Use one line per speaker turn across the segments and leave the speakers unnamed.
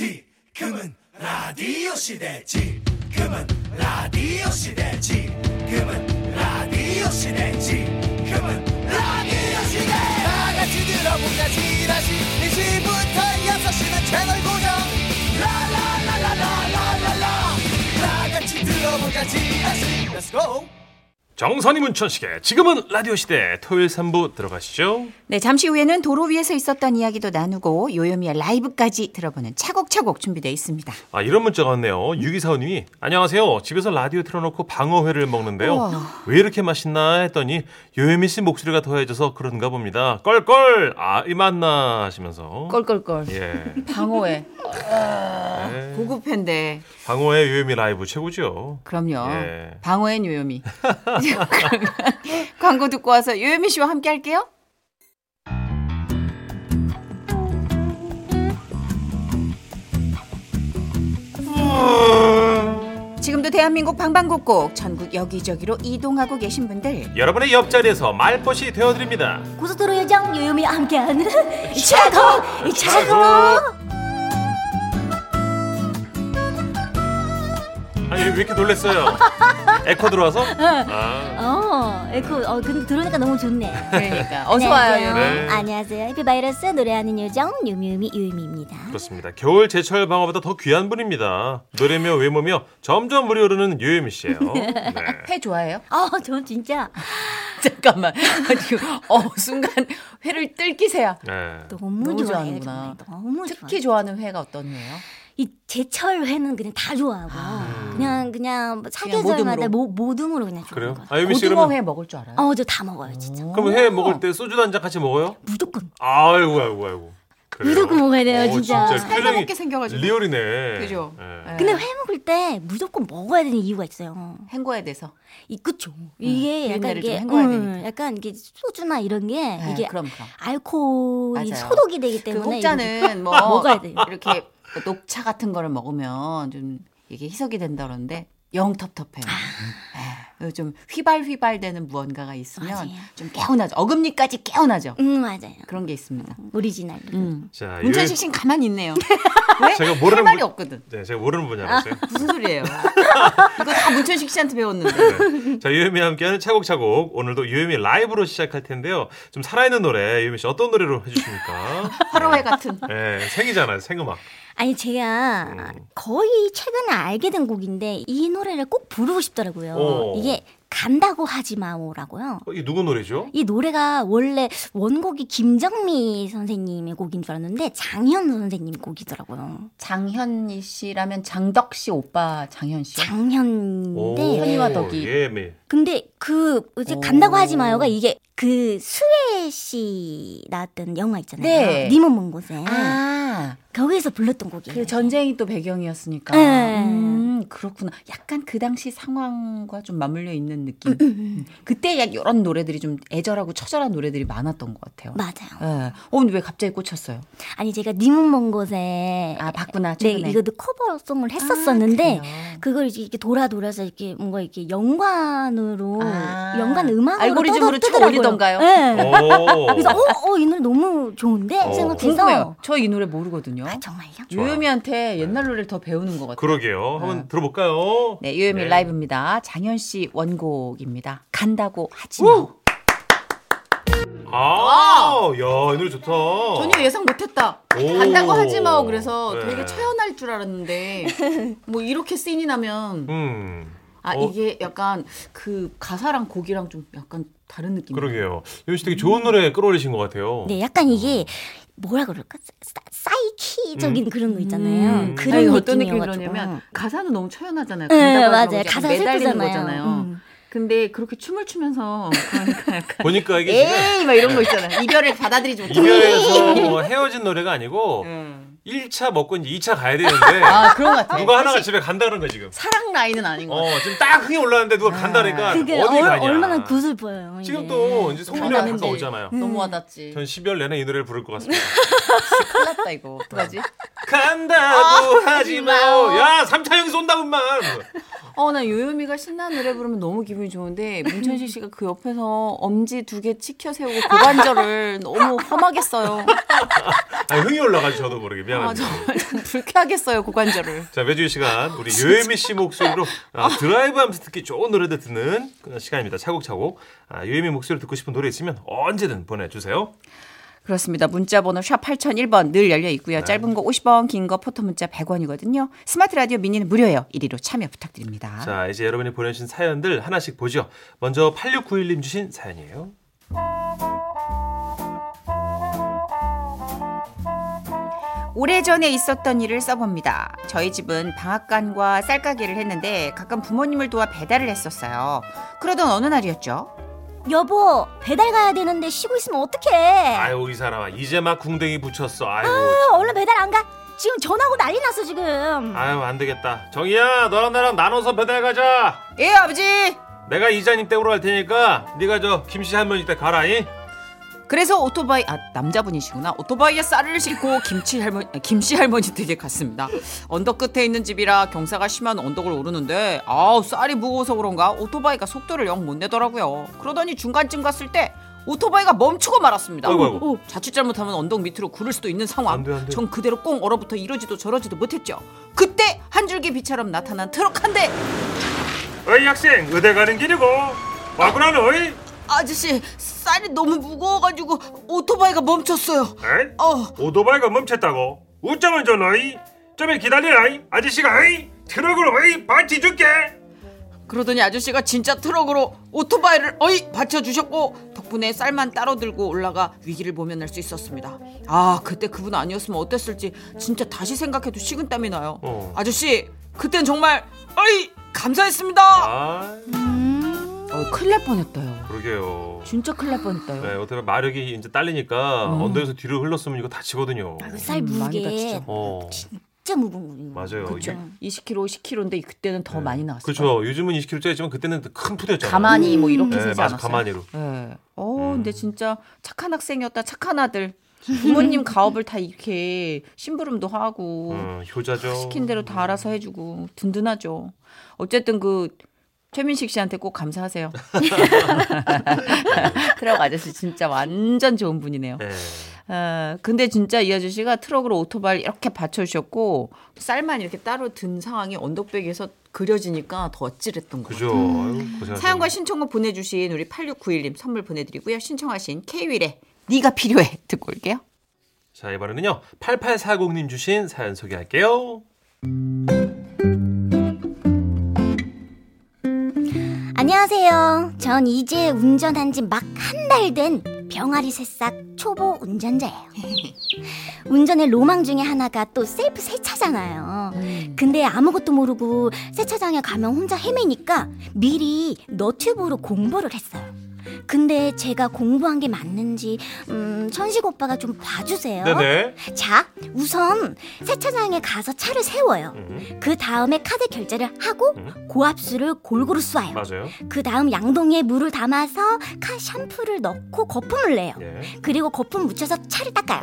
지금은 라디오 시대 지금은 라디오 시대 지금은 라디오 시대 지금은 라디오 시대 다 같이 들어보자 지라시 1시부터 6시는 채널 고정 라라라라라라라라 다 같이 들어보자 지라시 Let's go
정선이 문천식의 지금은 라디오 시대 토요일 3부 들어가시죠.
네, 잠시 후에는 도로 위에서 있었던 이야기도 나누고 요요미의 라이브까지 들어보는 차곡차곡 준비되어 있습니다.
아 이런 문자가 왔네요. 6245님이 안녕하세요. 집에서 라디오 틀어놓고 방어회를 먹는데요.
우와.
왜 이렇게 맛있나 했더니 요예미 씨 목소리가 더해져서 그런가 봅니다. 껄껄 아이 맛나 하시면서
껄껄껄.
예
방어회.
네.
고급회인데
방어회 요예미 라이브 최고죠.
그럼요.
예.
방어엔 요요미. 그러면 광고 듣고 와서 요요미 씨와 함께 할게요. 지금도 대한민국 방방곡곡 전국 여기저기로 이동하고 계신 분들
여러분의 옆자리에서 말벗이 되어드립니다.
고속도로 요정 요요미와 함께하는 차고 차고
아니 왜 이렇게 놀랬어요? 에코 들어와서? 아,
어 에코 어 근데 들으니까 너무 좋네
그러니까
어서 와요,
안녕하세요.
요요미. 네.
안녕하세요 해피바이러스 노래하는 요정 요미요미 요미입니다
그렇습니다. 겨울 제철 방어보다 더 귀한 분입니다. 노래며 외모며 점점 물이 오르는 요예미 씨예요. 네.
회 좋아해요?
어저 진짜
잠깐만. 지금 어 순간 회를 뜰기세야.
네.
너무,
너무
좋아해요
좋아하는구나.
정말. 너무
특히 좋아하는 회가 어떤 회예요?
이 제철 회는 그냥 다 좋아하고 그냥 그냥 뭐
모듬으로.
사계절마다 모, 모듬으로 그냥
그래요?
좋아하는 거
아, 요미 씨
고등어
그러면
회 먹을 줄 알아요?
어저 다 먹어요 진짜
그럼 회 먹을 때 소주 한잔 같이 먹어요?
무조건
아이고 아이고 아이고. 그래요?
무조건 먹어야 돼요,
어,
진짜.
표정이
살다먹게 생겨가지고.
리얼이네.
그죠?
예.
예.
근데 회 먹을 때 무조건 먹어야 되는 이유가 있어요
행거에 대해서.
이 그쵸 이게 약간
음, 비린내를 좀
이게
헹궈야
음,
되니까.
약간 이게 소주나 이런 게
네,
이게
그럼 그럼.
알코올이
맞아요.
소독이 되기
그
때문에
공짜는 뭐
먹어야 돼요.
이렇게 녹차 같은 거를 먹으면 좀 이게 희석이 된다 그러는데 영 텁텁해요. 예, 좀 휘발휘발 되는 무언가가 있으면
맞아요.
좀 개운하죠. 어금니까지 개운하죠.
음 맞아요
그런 게 있습니다.
오리지널
음.
자, 아, 요예-
문천식 씨는 가만히 있네요. 왜?
제가
할
모르는
말이
분-
없거든.
네, 제가 모르는 분야라서요.
무슨 소리예요? 이거 다 문천식 씨한테 배웠는데.
네. 자, 유혜미와 함께하는 차곡차곡. 오늘도 유혜미 라이브로 시작할 텐데요. 좀 살아있는 노래, 유혜미 씨 어떤 노래로 해주십니까?
화로회 같은.
네, 네, 생이잖아요, 생음악.
아니 제가
음.
거의 최근에 알게 된 곡인데 이 노래를 꼭 부르고 싶더라고요
오.
이게 간다고 하지 마오라고요
어, 이게 누구 노래죠?
이 노래가 원래 원곡이 김정미 선생님의 곡인 줄 알았는데 장현 선생님 곡이더라고요
장현희 씨라면 장덕 씨 오빠 장현 씨.
네, 장현인데
현이와 덕이.
예미. 네.
근데 그 이제
오.
간다고 하지 마요가 이게 그 수혜 씨 나왔던 영화 있잖아요.
네.
님은 먼 곳에
아,
거기에서 불렀던
예.
곡이에요.
그 전쟁이 또 배경이었으니까.
네.
음, 그렇구나. 약간 그 당시 상황과 좀 맞물려 있는 느낌. 음. 그때 약 이런 노래들이 좀 애절하고 처절한 노래들이 많았던 것 같아요.
맞아요.
예. 어, 근데 왜 갑자기 꽂혔어요?
아니 제가 님은 먼 곳에
아, 봤구나.
네
최근에. 아,
이것도 커버송을 했었었는데
그래요?
그걸 이제 이렇게 돌아 돌아서 이렇게 뭔가 이렇게 연관으로
아.
연관 음악으로
알고리즘으로
떠- 뜨더라고요.
쳐올리던가요?
네.
오.
그래서 어어이 노래 너무 좋은데
어.
생각해서
궁금해요. 저 이 노래 모르거든요.
아 정말요?
좋아요. 네.
요요미한테 옛날 노래를 더 배우는 것 같아요.
그러게요. 한번 들어볼까요?
네, 요요미
네.
라이브입니다. 장현 씨 원곡입니다. 간다고 하지 마.
아, 야, 이 노래 좋다.
전혀 예상 못했다.
오.
간다고 하지 마오. 그래서
네.
되게 처연할 줄 알았는데 뭐 이렇게 씬이 나면
음.
아
어.
이게 약간 그 가사랑 곡이랑 좀 약간 다른 느낌.
그러게요. 요미 씨 되게 좋은 노래 끌어올리신 어. 것 같아요.
네, 약간 이게 뭐라 그럴까? 사, 사이키적인 그런 거 있잖아요.
음.
그런
아니,
느낌이어가지고.
어떤 느낌이 들었냐면 가사는 너무 처연하잖아요.
네,
간다고 하지
맞아요.
마오.
가사
매달리는
슬프잖아요.
거잖아요.
음.
근데 그렇게 춤을 추면서 그러니까 약간
보니까 이게 지금
에이 막 이런 거 있잖아요. 이별을 받아들이지 못하고.
이별에서 뭐 헤어진 노래가 아니고
음.
1차 먹고 이제 2차 가야 되는데
아 그런 것 같아요.
누가 하나가 집에 간다 그런 거야 지금.
사랑 라인은 아닌 것 같아요.
어 지금 딱 흥이 올랐는데 누가 간다니까
그게
어디
얼-
가냐.
얼마나 구슬퍼요. 이게.
지금 또 이제 송년회
장난
한가
아니지.
오잖아요.
음.
너무 와닿지.
전 12월 내내 이 노래를 부를 것 같습니다.
큰일 났다 이거. 어떡하지?
뭐. 그 간다고 하지 마오. 야 3차 여기서 온다구만.
아 어, 나 요요미가 신나는 노래 부르면 너무 기분이 좋은데 문천식 씨가 그 옆에서 엄지 두 개 치켜 세우고 고관절을 너무 험하게 써요.
아, 흥이 올라가지 저도 모르게
아,
미안합니다.
정말 불쾌하게 써요 고관절을.
자 매주 이 시간 우리 유혜미 씨 목소리로 아, 드라이브하면서 듣기 좋은 노래들 듣는 그런 시간입니다. 차곡차곡 아, 유혜미 목소리 듣고 싶은 노래 있으면 언제든 보내주세요.
그렇습니다. 문자 번호 샵 8001번 늘 열려 있고요. 짧은 거 50원, 긴 거 포토 문자 100원이거든요. 스마트 라디오 미니는 무료예요. 이리로 참여 부탁드립니다.
자 이제 여러분이 보내주신 사연들 하나씩 보죠. 먼저 8691님 주신 사연이에요.
오래전에 있었던 일을 써봅니다. 저희 집은 방앗간과 쌀가게를 했는데 가끔 부모님을 도와 배달을 했었어요. 그러던 어느 날이었죠.
여보 배달 가야 되는데 쉬고 있으면 어떡해
아유 이 사람아 이제 막 궁뎅이 붙였어. 아유
아, 얼른 배달 안 가? 지금 전화고 난리 났어 지금
아유 안 되겠다. 정희야 너랑 나랑 나눠서 배달 가자.
예, 아버지.
내가 이장님 댁으로 갈 테니까 네가 저 김씨 할머니 댁 가라잉.
그래서 오토바이 아 남자분이시구나 오토바이에 쌀을 싣고 김치 할머니 아, 김씨 할머니 댁에 갔습니다. 언덕 끝에 있는 집이라 경사가 심한 언덕을 오르는데 아우 쌀이 무거워서 그런가 오토바이가 속도를 영 못 내더라고요. 그러더니 중간쯤 갔을 때 오토바이가 멈추고 말았습니다.
아이고, 아이고.
오, 자칫 잘못하면 언덕 밑으로 구를 수도 있는 상황.
안 돼, 안 돼.
전 그대로 꽁 얼어붙어 이러지도 저러지도 못했죠. 그때 한 줄기 비처럼 나타난 트럭 한 대.
어이 학생 의대 가는 길이고 와구나 너이.
아저씨 쌀이 너무 무거워가지고 오토바이가 멈췄어요.
에?
어.
오토바이가 멈췄다고? 우점은 저 너희 좀에 기다리라 이. 아저씨가 이 트럭으로 이 바티 줄게
그러더니 아저씨가 진짜 트럭으로 오토바이를 어이 받쳐주셨고 덕분에 쌀만 따로 들고 올라가 위기를 모면할 수 있었습니다. 아 그때 그분 아니었으면 어땠을지 진짜 다시 생각해도 식은땀이 나요.
어.
아저씨 그땐 정말 어이 감사했습니다.
아
어, 큰일 날 뻔했다요.
그러게요
진짜 큰일 날 뻔했다요.
네, 어떻게 보면 마력이 이제 딸리니까 언덕에서 뒤로 흘렀으면 이거 다치거든요
아이고, 그 쌀
음, 많이
무게
다치죠.
어
진짜 무거운 거
맞아요
그쵸.
이게-
20kg, 10kg인데 그때는 더
네.
많이 나왔어요.
그렇죠 요즘은 20kg짜리지만 그때는 큰 푸대였잖아요
가만히 뭐 이렇게
네,
세지
맞아
않았어요.
가만히로 음.
네. 어, 근데 진짜 착한 학생이었다. 착한 아들. 부모님 가업을 다 이렇게 심부름도 하고
음, 효자죠
시킨 대로 다 알아서 해주고 든든하죠. 어쨌든 그 최민식 씨한테 꼭 감사하세요. 트럭 아저씨 진짜 완전 좋은 분이네요.
네.
어, 근데 진짜 이 아저씨가 트럭으로 오토바이를 이렇게 받쳐주셨고 쌀만 이렇게 따로 든 상황이 언덕배기에서 그려지니까 더 어찌랬던 거죠.
그죠 아이고, 고생하셨네.
사연과 신청곡 보내주신 우리 8691님 선물 보내드리고요. 신청하신 K윌의 네가 필요해 듣고 올게요.
자 이번에는요 8840님 주신 사연 소개할게요
안녕하세요 전 이제 운전한 지 막 한 달 된 병아리 새싹 초보 운전자예요 운전의 로망 중에 하나가 또 셀프 세차잖아요 근데 아무것도 모르고 세차장에 가면 혼자 헤매니까 미리 너튜브로 공부를 했어요 근데 제가 공부한 게 맞는지 음, 천식 오빠가 좀 봐주세요
네네
자, 우선 세차장에 가서 차를 세워요.
음,
그 다음에 카드 결제를 하고
음.
고압수를 골고루 쏴요.
맞아요
그 다음 양동이에 물을 담아서 카 샴푸를 넣고 거품을 내요.
예. 음.
그리고 거품 묻혀서 차를 닦아요.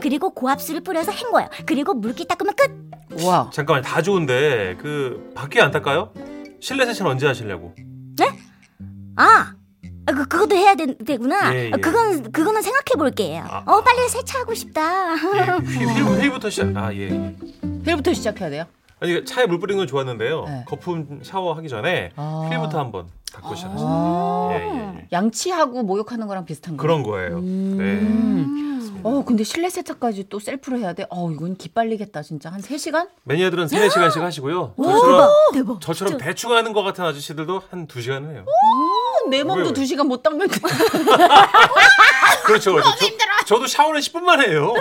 그리고 고압수를 뿌려서 헹궈요. 그리고 물기 닦으면 끝.
와,
잠깐만 다 좋은데 그 밖에 안 닦아요? 실내 세차는 언제 하시려고?
아, 아, 그, 그것도 해야 되, 구나 아,
예, 예.
그건 그거는 생각해 볼게요.
아.
어, 빨리 세차하고 싶다.
예, 휠, 휠, 휠부터 시작. 아 예.
휠부터 시작해야 돼요.
아니 이게 차에 물 뿌리는 건 좋았는데요.
네.
거품 샤워하기 전에
아.
휠부터 한번 닦고 시작하세요.
아,
예, 예, 예.
양치하고 모욕하는 거랑 비슷한 거예요.
그런 거예요.
음.
네.
어, 근데 실내 세차까지 또 셀프로 해야 돼. 어, 이건 기빨리겠다. 진짜 한 3시간?
매니아들은 3, 4시간씩 하시고요. 저처럼,
어,
대박, 대박.
저처럼 대충 하는 것 같은 아저씨들도 한 2시간 해요. 왜,
내
왜?
몸도 2시간 못 닦는 거.
그렇죠. 저, 도 샤워는 10분만 해요.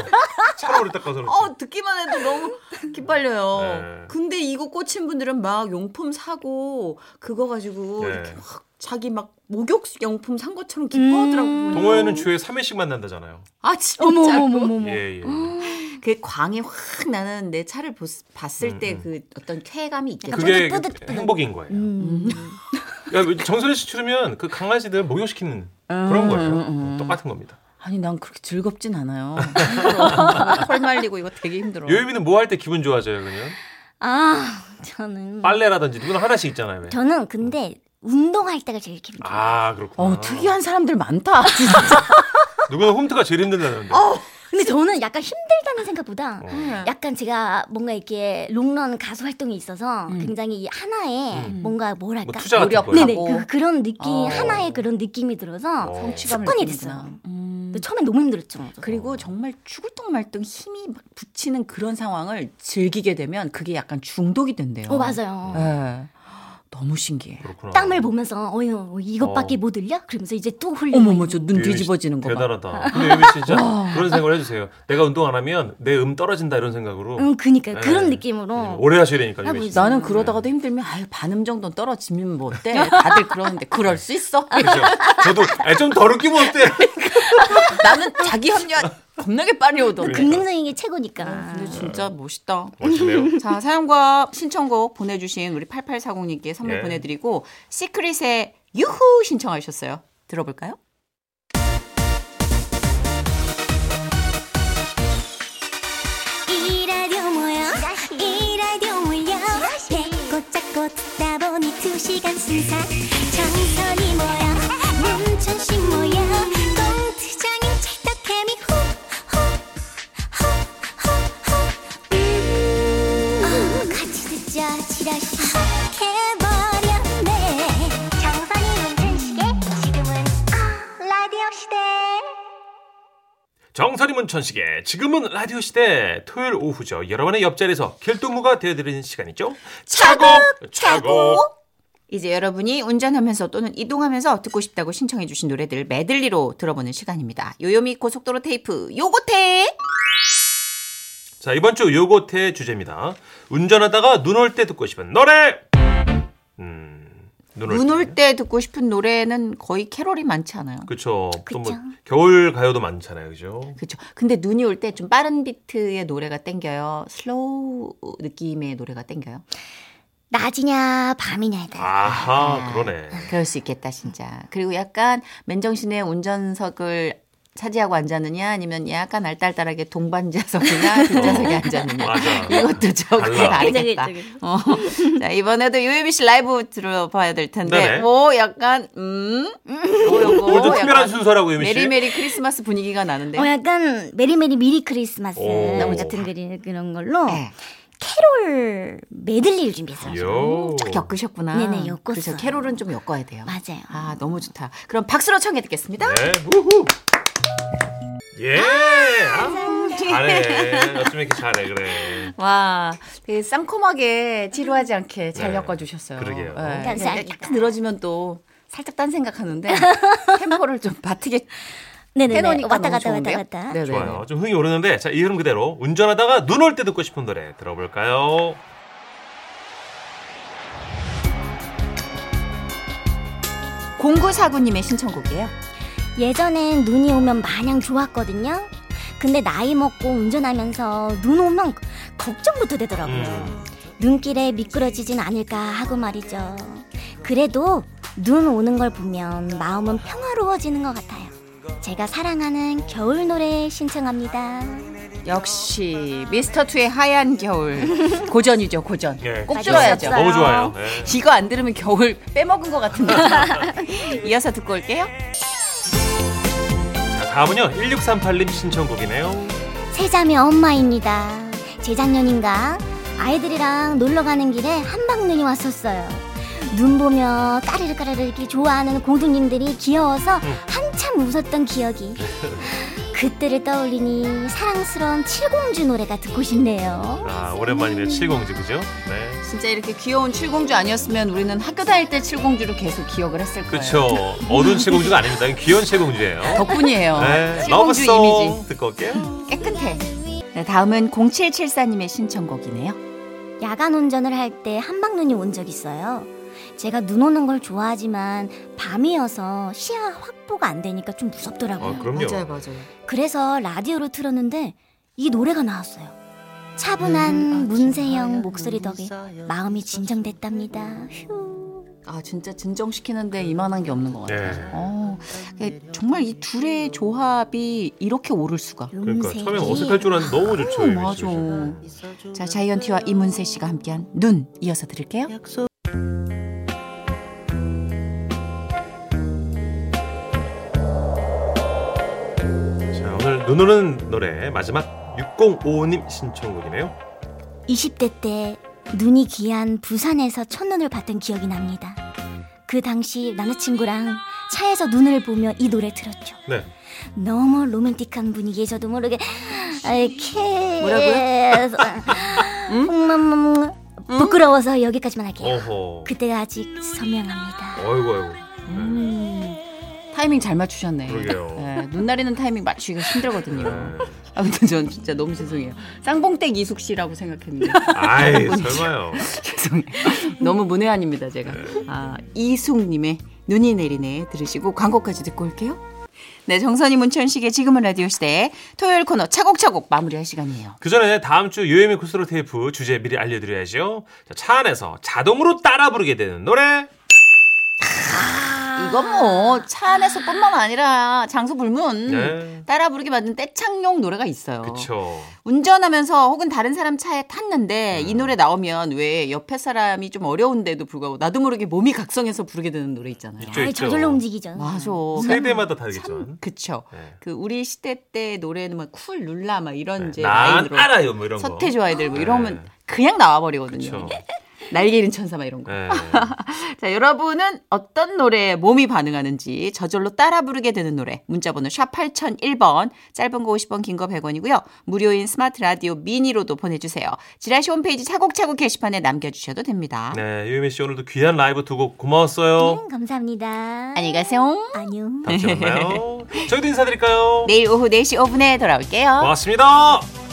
샤워를 닦아서 그렇지.
어, 듣기만 해도 너무 기빨려요.
네.
근데 이거 꽂힌 분들은 막 용품 사고 그거 가지고
네.
이렇게 막 자기 막 목욕 용품 산 것처럼 기뻐하더라고요.
동호회는 주에 3회씩 만난다잖아요.
아, 진짜로.
어머, 어머, 어머,
네.
어머.
예, 예.
그 광이 확 나는 내 차를 보스- 봤을
음,
때
음.
그 어떤 쾌감이 있겠죠.
그게
뿌듯뿌듯.
행복인 거예요.
음.
야, 정선혜 씨 추르면 그 강아지들 목욕시키는
음,
그런 거예요. 똑같은 겁니다.
아니 난 그렇게 즐겁진 않아요. 힘들어. 털 말리고 이거 되게 힘들어.
예. 요요미는 뭐 할 때 기분 좋아져요, 그냥?
아, 저는
빨래라든지 누구나 하나씩 있잖아요. 왜.
저는 근데 운동할 때가 제일 힘들어요.
아 그렇구나.
어, 특이한 사람들 많다. 진짜.
누구나 홈트가 제일 힘든다는데.
어,
근데 저는 약간 힘들다는 생각보다
어.
네.
약간 제가 뭔가 이렇게 롱런 가수 활동이 있어서 굉장히 이 하나에 뭔가
뭐
뭐랄까
투자 같은
노력.
거.
뭐야?
네네
어.
그, 그런 느낌
어.
하나의 그런 느낌이 들어서
어.
성취감을 느끼는구나.
습관이 됐어요.
네, 음.
근데 처음엔 너무 힘들었죠.
그리고 정말 추구똥말똥 힘이 막 붙이는 그런 상황을 즐기게 되면 그게 약간 중독이 된대요.
어 맞아요.
예. 너무 신기해.
그렇구나.
땀을 보면서 어휴 이것밖에
어.
못 흘려? 그러면서 이제 또 흘려.
어머머, 저 눈
유미 씨
뒤집어지는 거 봐.
그 대단하다. 근데 유미 씨 진짜 그런 생각을 해주세요. 내가 운동 안 하면 내 음 떨어진다 이런 생각으로
응 그니까 요
네.
그런 느낌으로.
오래 하셔야 되니까 유미 씨.
해보자.
나는 그러다가도 힘들면 아유 반음 정도는 떨어지면 뭐 어때? 다들 그러는데 그럴 수 있어.
그죠? 저도 아니, 좀 더럽게 면 어때?
나는 자기 합리화 겁나게 빨리 오더라.
긍정적인 게 최고니까.
네, 근데 진짜 멋있다.
멋지네요.
자, 사연과 신청곡 보내주신 우리 8840님께 선물
예.
보내드리고, 시크릿의 유후 신청하셨어요. 들어볼까요?
이 라디오 뭐야 이 라디오 뭐야 배꼽 잡고 듣다 보니 두 시간 순삭 정선이 뭐야 문천식 뭐야 공투장인 찰떡케미 후후후후후 어, 같이 듣자 지라시 해버렸네 정선이 문천식의 지금은
어,
라디오 시대
정선이 문천식의 지금은 라디오 시대 토요일 오후죠. 여러분의 옆자리에서 길동무가 되어드리는 시간이죠. 차곡 차곡.
이제 여러분이 운전하면서 또는 이동하면서 듣고 싶다고 신청해주신 노래들 메들리로 들어보는 시간입니다. 요요미 고속도로 테이프, 요고테!
자 이번 주 요거트의 주제입니다. 운전하다가 눈 올 때 듣고 싶은 노래. 음눈올
눈 올 때 듣고 싶은 노래는 거의 캐롤이 많지 않아요.
그쵸. 또 뭐
그쵸.
겨울 가요도 많잖아요, 그죠?
그렇죠. 근데 눈이 올 때 좀 빠른 비트의 노래가 땡겨요. 슬로우 느낌의 노래가 땡겨요.
낮이냐 밤이냐에 따라.
음.
아하 그러네.
그럴 수 있겠다 진짜. 그리고 약간 맨정신에 운전석을 차지하고 앉았느냐 아니면 약간 알딸딸하게 동반자석이나 뒷좌석에 앉았느냐
어. 맞아.
이것도 저게
달라.
다르겠다.
그죠, 그죠,
어. 자 이번에도 유혜미 씨 라이브 들어봐야 될 텐데
네네.
뭐 약간 음, 음
오늘도
요거
특별한
약간
순서라고 유미 씨.
메리 메리 크리스마스 분위기가 나는데.
어 약간 메리메리 미리 크리스마스
오.
같은 그리- 그런 걸로
네.
캐롤 메들리를 준비했어요.
예. 요.
쫙 엮으셨구나.
네네, 엮었어요.
그래서 캐롤은 좀 엮어야 돼요.
맞아요.
아 너무 좋다. 그럼 박수로 청해 듣겠습니다.
네. 우후. 예. 아, 잘해. 어쩜 이렇게 잘해 그래.
와, 되게 쌍콤하게 지루하지 않게 잘
네,
엮어주셨어요. 그러니까
그러게요.
감사합니다.
딱 늘어지면 또 살짝 딴 생각하는데 템포를 좀 바트게
네, 네네네.
해놓으니까
왔다
너무
갔다 왔다
좋은데요?
갔다.
네네네.
좋아요. 좀 흥이 오르는데 자 이 흐름 그대로 운전하다가 눈 올 때 듣고 싶은 노래 들어볼까요?
공구사구님의 신청곡이에요.
예전엔 눈이 오면 마냥 좋았거든요. 근데 나이 먹고 운전하면서 눈 오면 걱정부터 되더라고요.
음.
눈길에 미끄러지진 않을까 하고 말이죠. 그래도 눈 오는 걸 보면 마음은 평화로워지는 것 같아요. 제가 사랑하는 겨울 노래 신청합니다.
역시 미스터 투의 하얀 겨울 고전이죠 고전.
예.
꼭
그렇죠.
들어야죠.
맞아요.
너무 좋아요. 예.
이거 안 들으면 겨울 빼먹은 것 같은데. 이어서 듣고 올게요.
자 다음은요 1638님 신청곡이네요.
세자매 엄마입니다. 재작년인가 아이들이랑 놀러 가는 길에 한방 눈이 왔었어요. 눈 보며 까르르 까르르 이렇게 좋아하는 공주님들이 귀여워서 한참 웃었던 기억이. 그때를 떠올리니 사랑스러운 칠공주 노래가 듣고 싶네요.
아 오랜만이네요 칠공지 그죠? 네.
진짜 이렇게 귀여운 칠공주 아니었으면 우리는 학교 다닐 때 칠공주로 계속 기억을 했을 거예요.
그렇죠.
네.
어두운 칠공주가 아닙니다. 귀여운 칠공주예요.
덕분이에요.
네.
어, 칠공주
러브송
이미지.
듣고 올게요.
깨끗해. 네, 다음은 0774님의 신청곡이네요.
야간 운전을 할 때 한방 눈이 온 적 있어요. 제가 눈 오는 걸 좋아하지만 밤이어서 시야 확보가 안 되니까 좀 무섭더라고요.
아, 그럼요.
맞아요.
그래서 라디오로 틀었는데 이 노래가 나왔어요. 차분한 문세영 목소리 덕에 마음이 진정됐답니다. 휴.
아 진짜 진정시키는데 이만한 게 없는 것 같아요.
네.
어, 그러니까 정말 이 둘의 조합이 이렇게 오를 수가.
그러니까
음색이.
처음엔 어색할 줄 알았는데 너무 좋죠.
어,
유미 씨
맞아.
지금.
자 자이언티와 이문세 씨가 함께한 눈 이어서 들을게요.
자 오늘 눈 오는 노래 마지막 6055님 신청곡이네요.
20대 때 눈이 귀한 부산에서 첫눈을 봤던 기억이 납니다. 그 당시 남자친구랑 차에서 눈을 보며 이 노래 들었죠.
네.
너무 로맨틱한 분위기에 저도 모르게 이렇게 음? 뭐라고요? 부끄러워서 여기까지만 할게요.
어허.
그때가 아직 선명합니다.
어이구 어이구. 네.
음, 타이밍 잘 맞추셨네.
그러게요.
네, 눈 나리는 타이밍 맞추기가 힘들거든요.
네.
아무튼 전 진짜 너무 죄송해요. 쌍봉댁 이숙 씨라고 생각했는데
아이 설마요.
죄송해요. 너무 문외한입니다 제가. 아 이숙님의 눈이 내리네 들으시고 광고까지 듣고 올게요. 네 정선이 문천식의 지금은 라디오 시대 토요일 코너 차곡차곡 마무리할 시간이에요.
그 전에 다음 주 유엠의 코스로 테이프 주제 미리 알려드려야죠. 자, 차 안에서 자동으로 따라 부르게 되는 노래.
이건 뭐 차 안에서뿐만 아니라 장소 불문
네.
따라 부르게 만든 떼창용 노래가 있어요.
그쵸.
운전하면서 혹은 다른 사람 차에
네.
탔는데 이 노래 나오면 왜 옆에 사람이 좀 어려운데도 불구하고 나도 모르게 몸이 각성해서 부르게 되는 노래 있잖아요.
있죠,
아이,
있죠.
저절로 움직이죠.
맞아.
세대마다 다르겠죠.
그쵸.
네.
그 우리 시대 때 노래는 뭐 막쿨 룰라 막 이런
네.
이제
난
라인으로
알아요, 뭐 이런 거.
서태지 아이들 뭐 이러면
네.
그냥 나와버리거든요.
그쵸.
날개 잃은 천사 막 이런 거.
네.
자, 여러분은 어떤 노래에 몸이 반응하는지 저절로 따라 부르게 되는 노래. 문자번호 샵 8001번, 짧은 거 50원, 긴 거 100원이고요. 무료인 스마트 라디오 미니로도 보내주세요. 지라시 홈페이지 차곡차곡 게시판에 남겨주셔도 됩니다.
네, 유미 씨 오늘도 귀한 라이브 두 곡 고마웠어요.
음, 감사합니다.
안녕히 가세요.
안녕.
네.
다음 주에 만나요. 저희도 인사드릴까요?
내일 오후 4시 5분에 돌아올게요.
고맙습니다.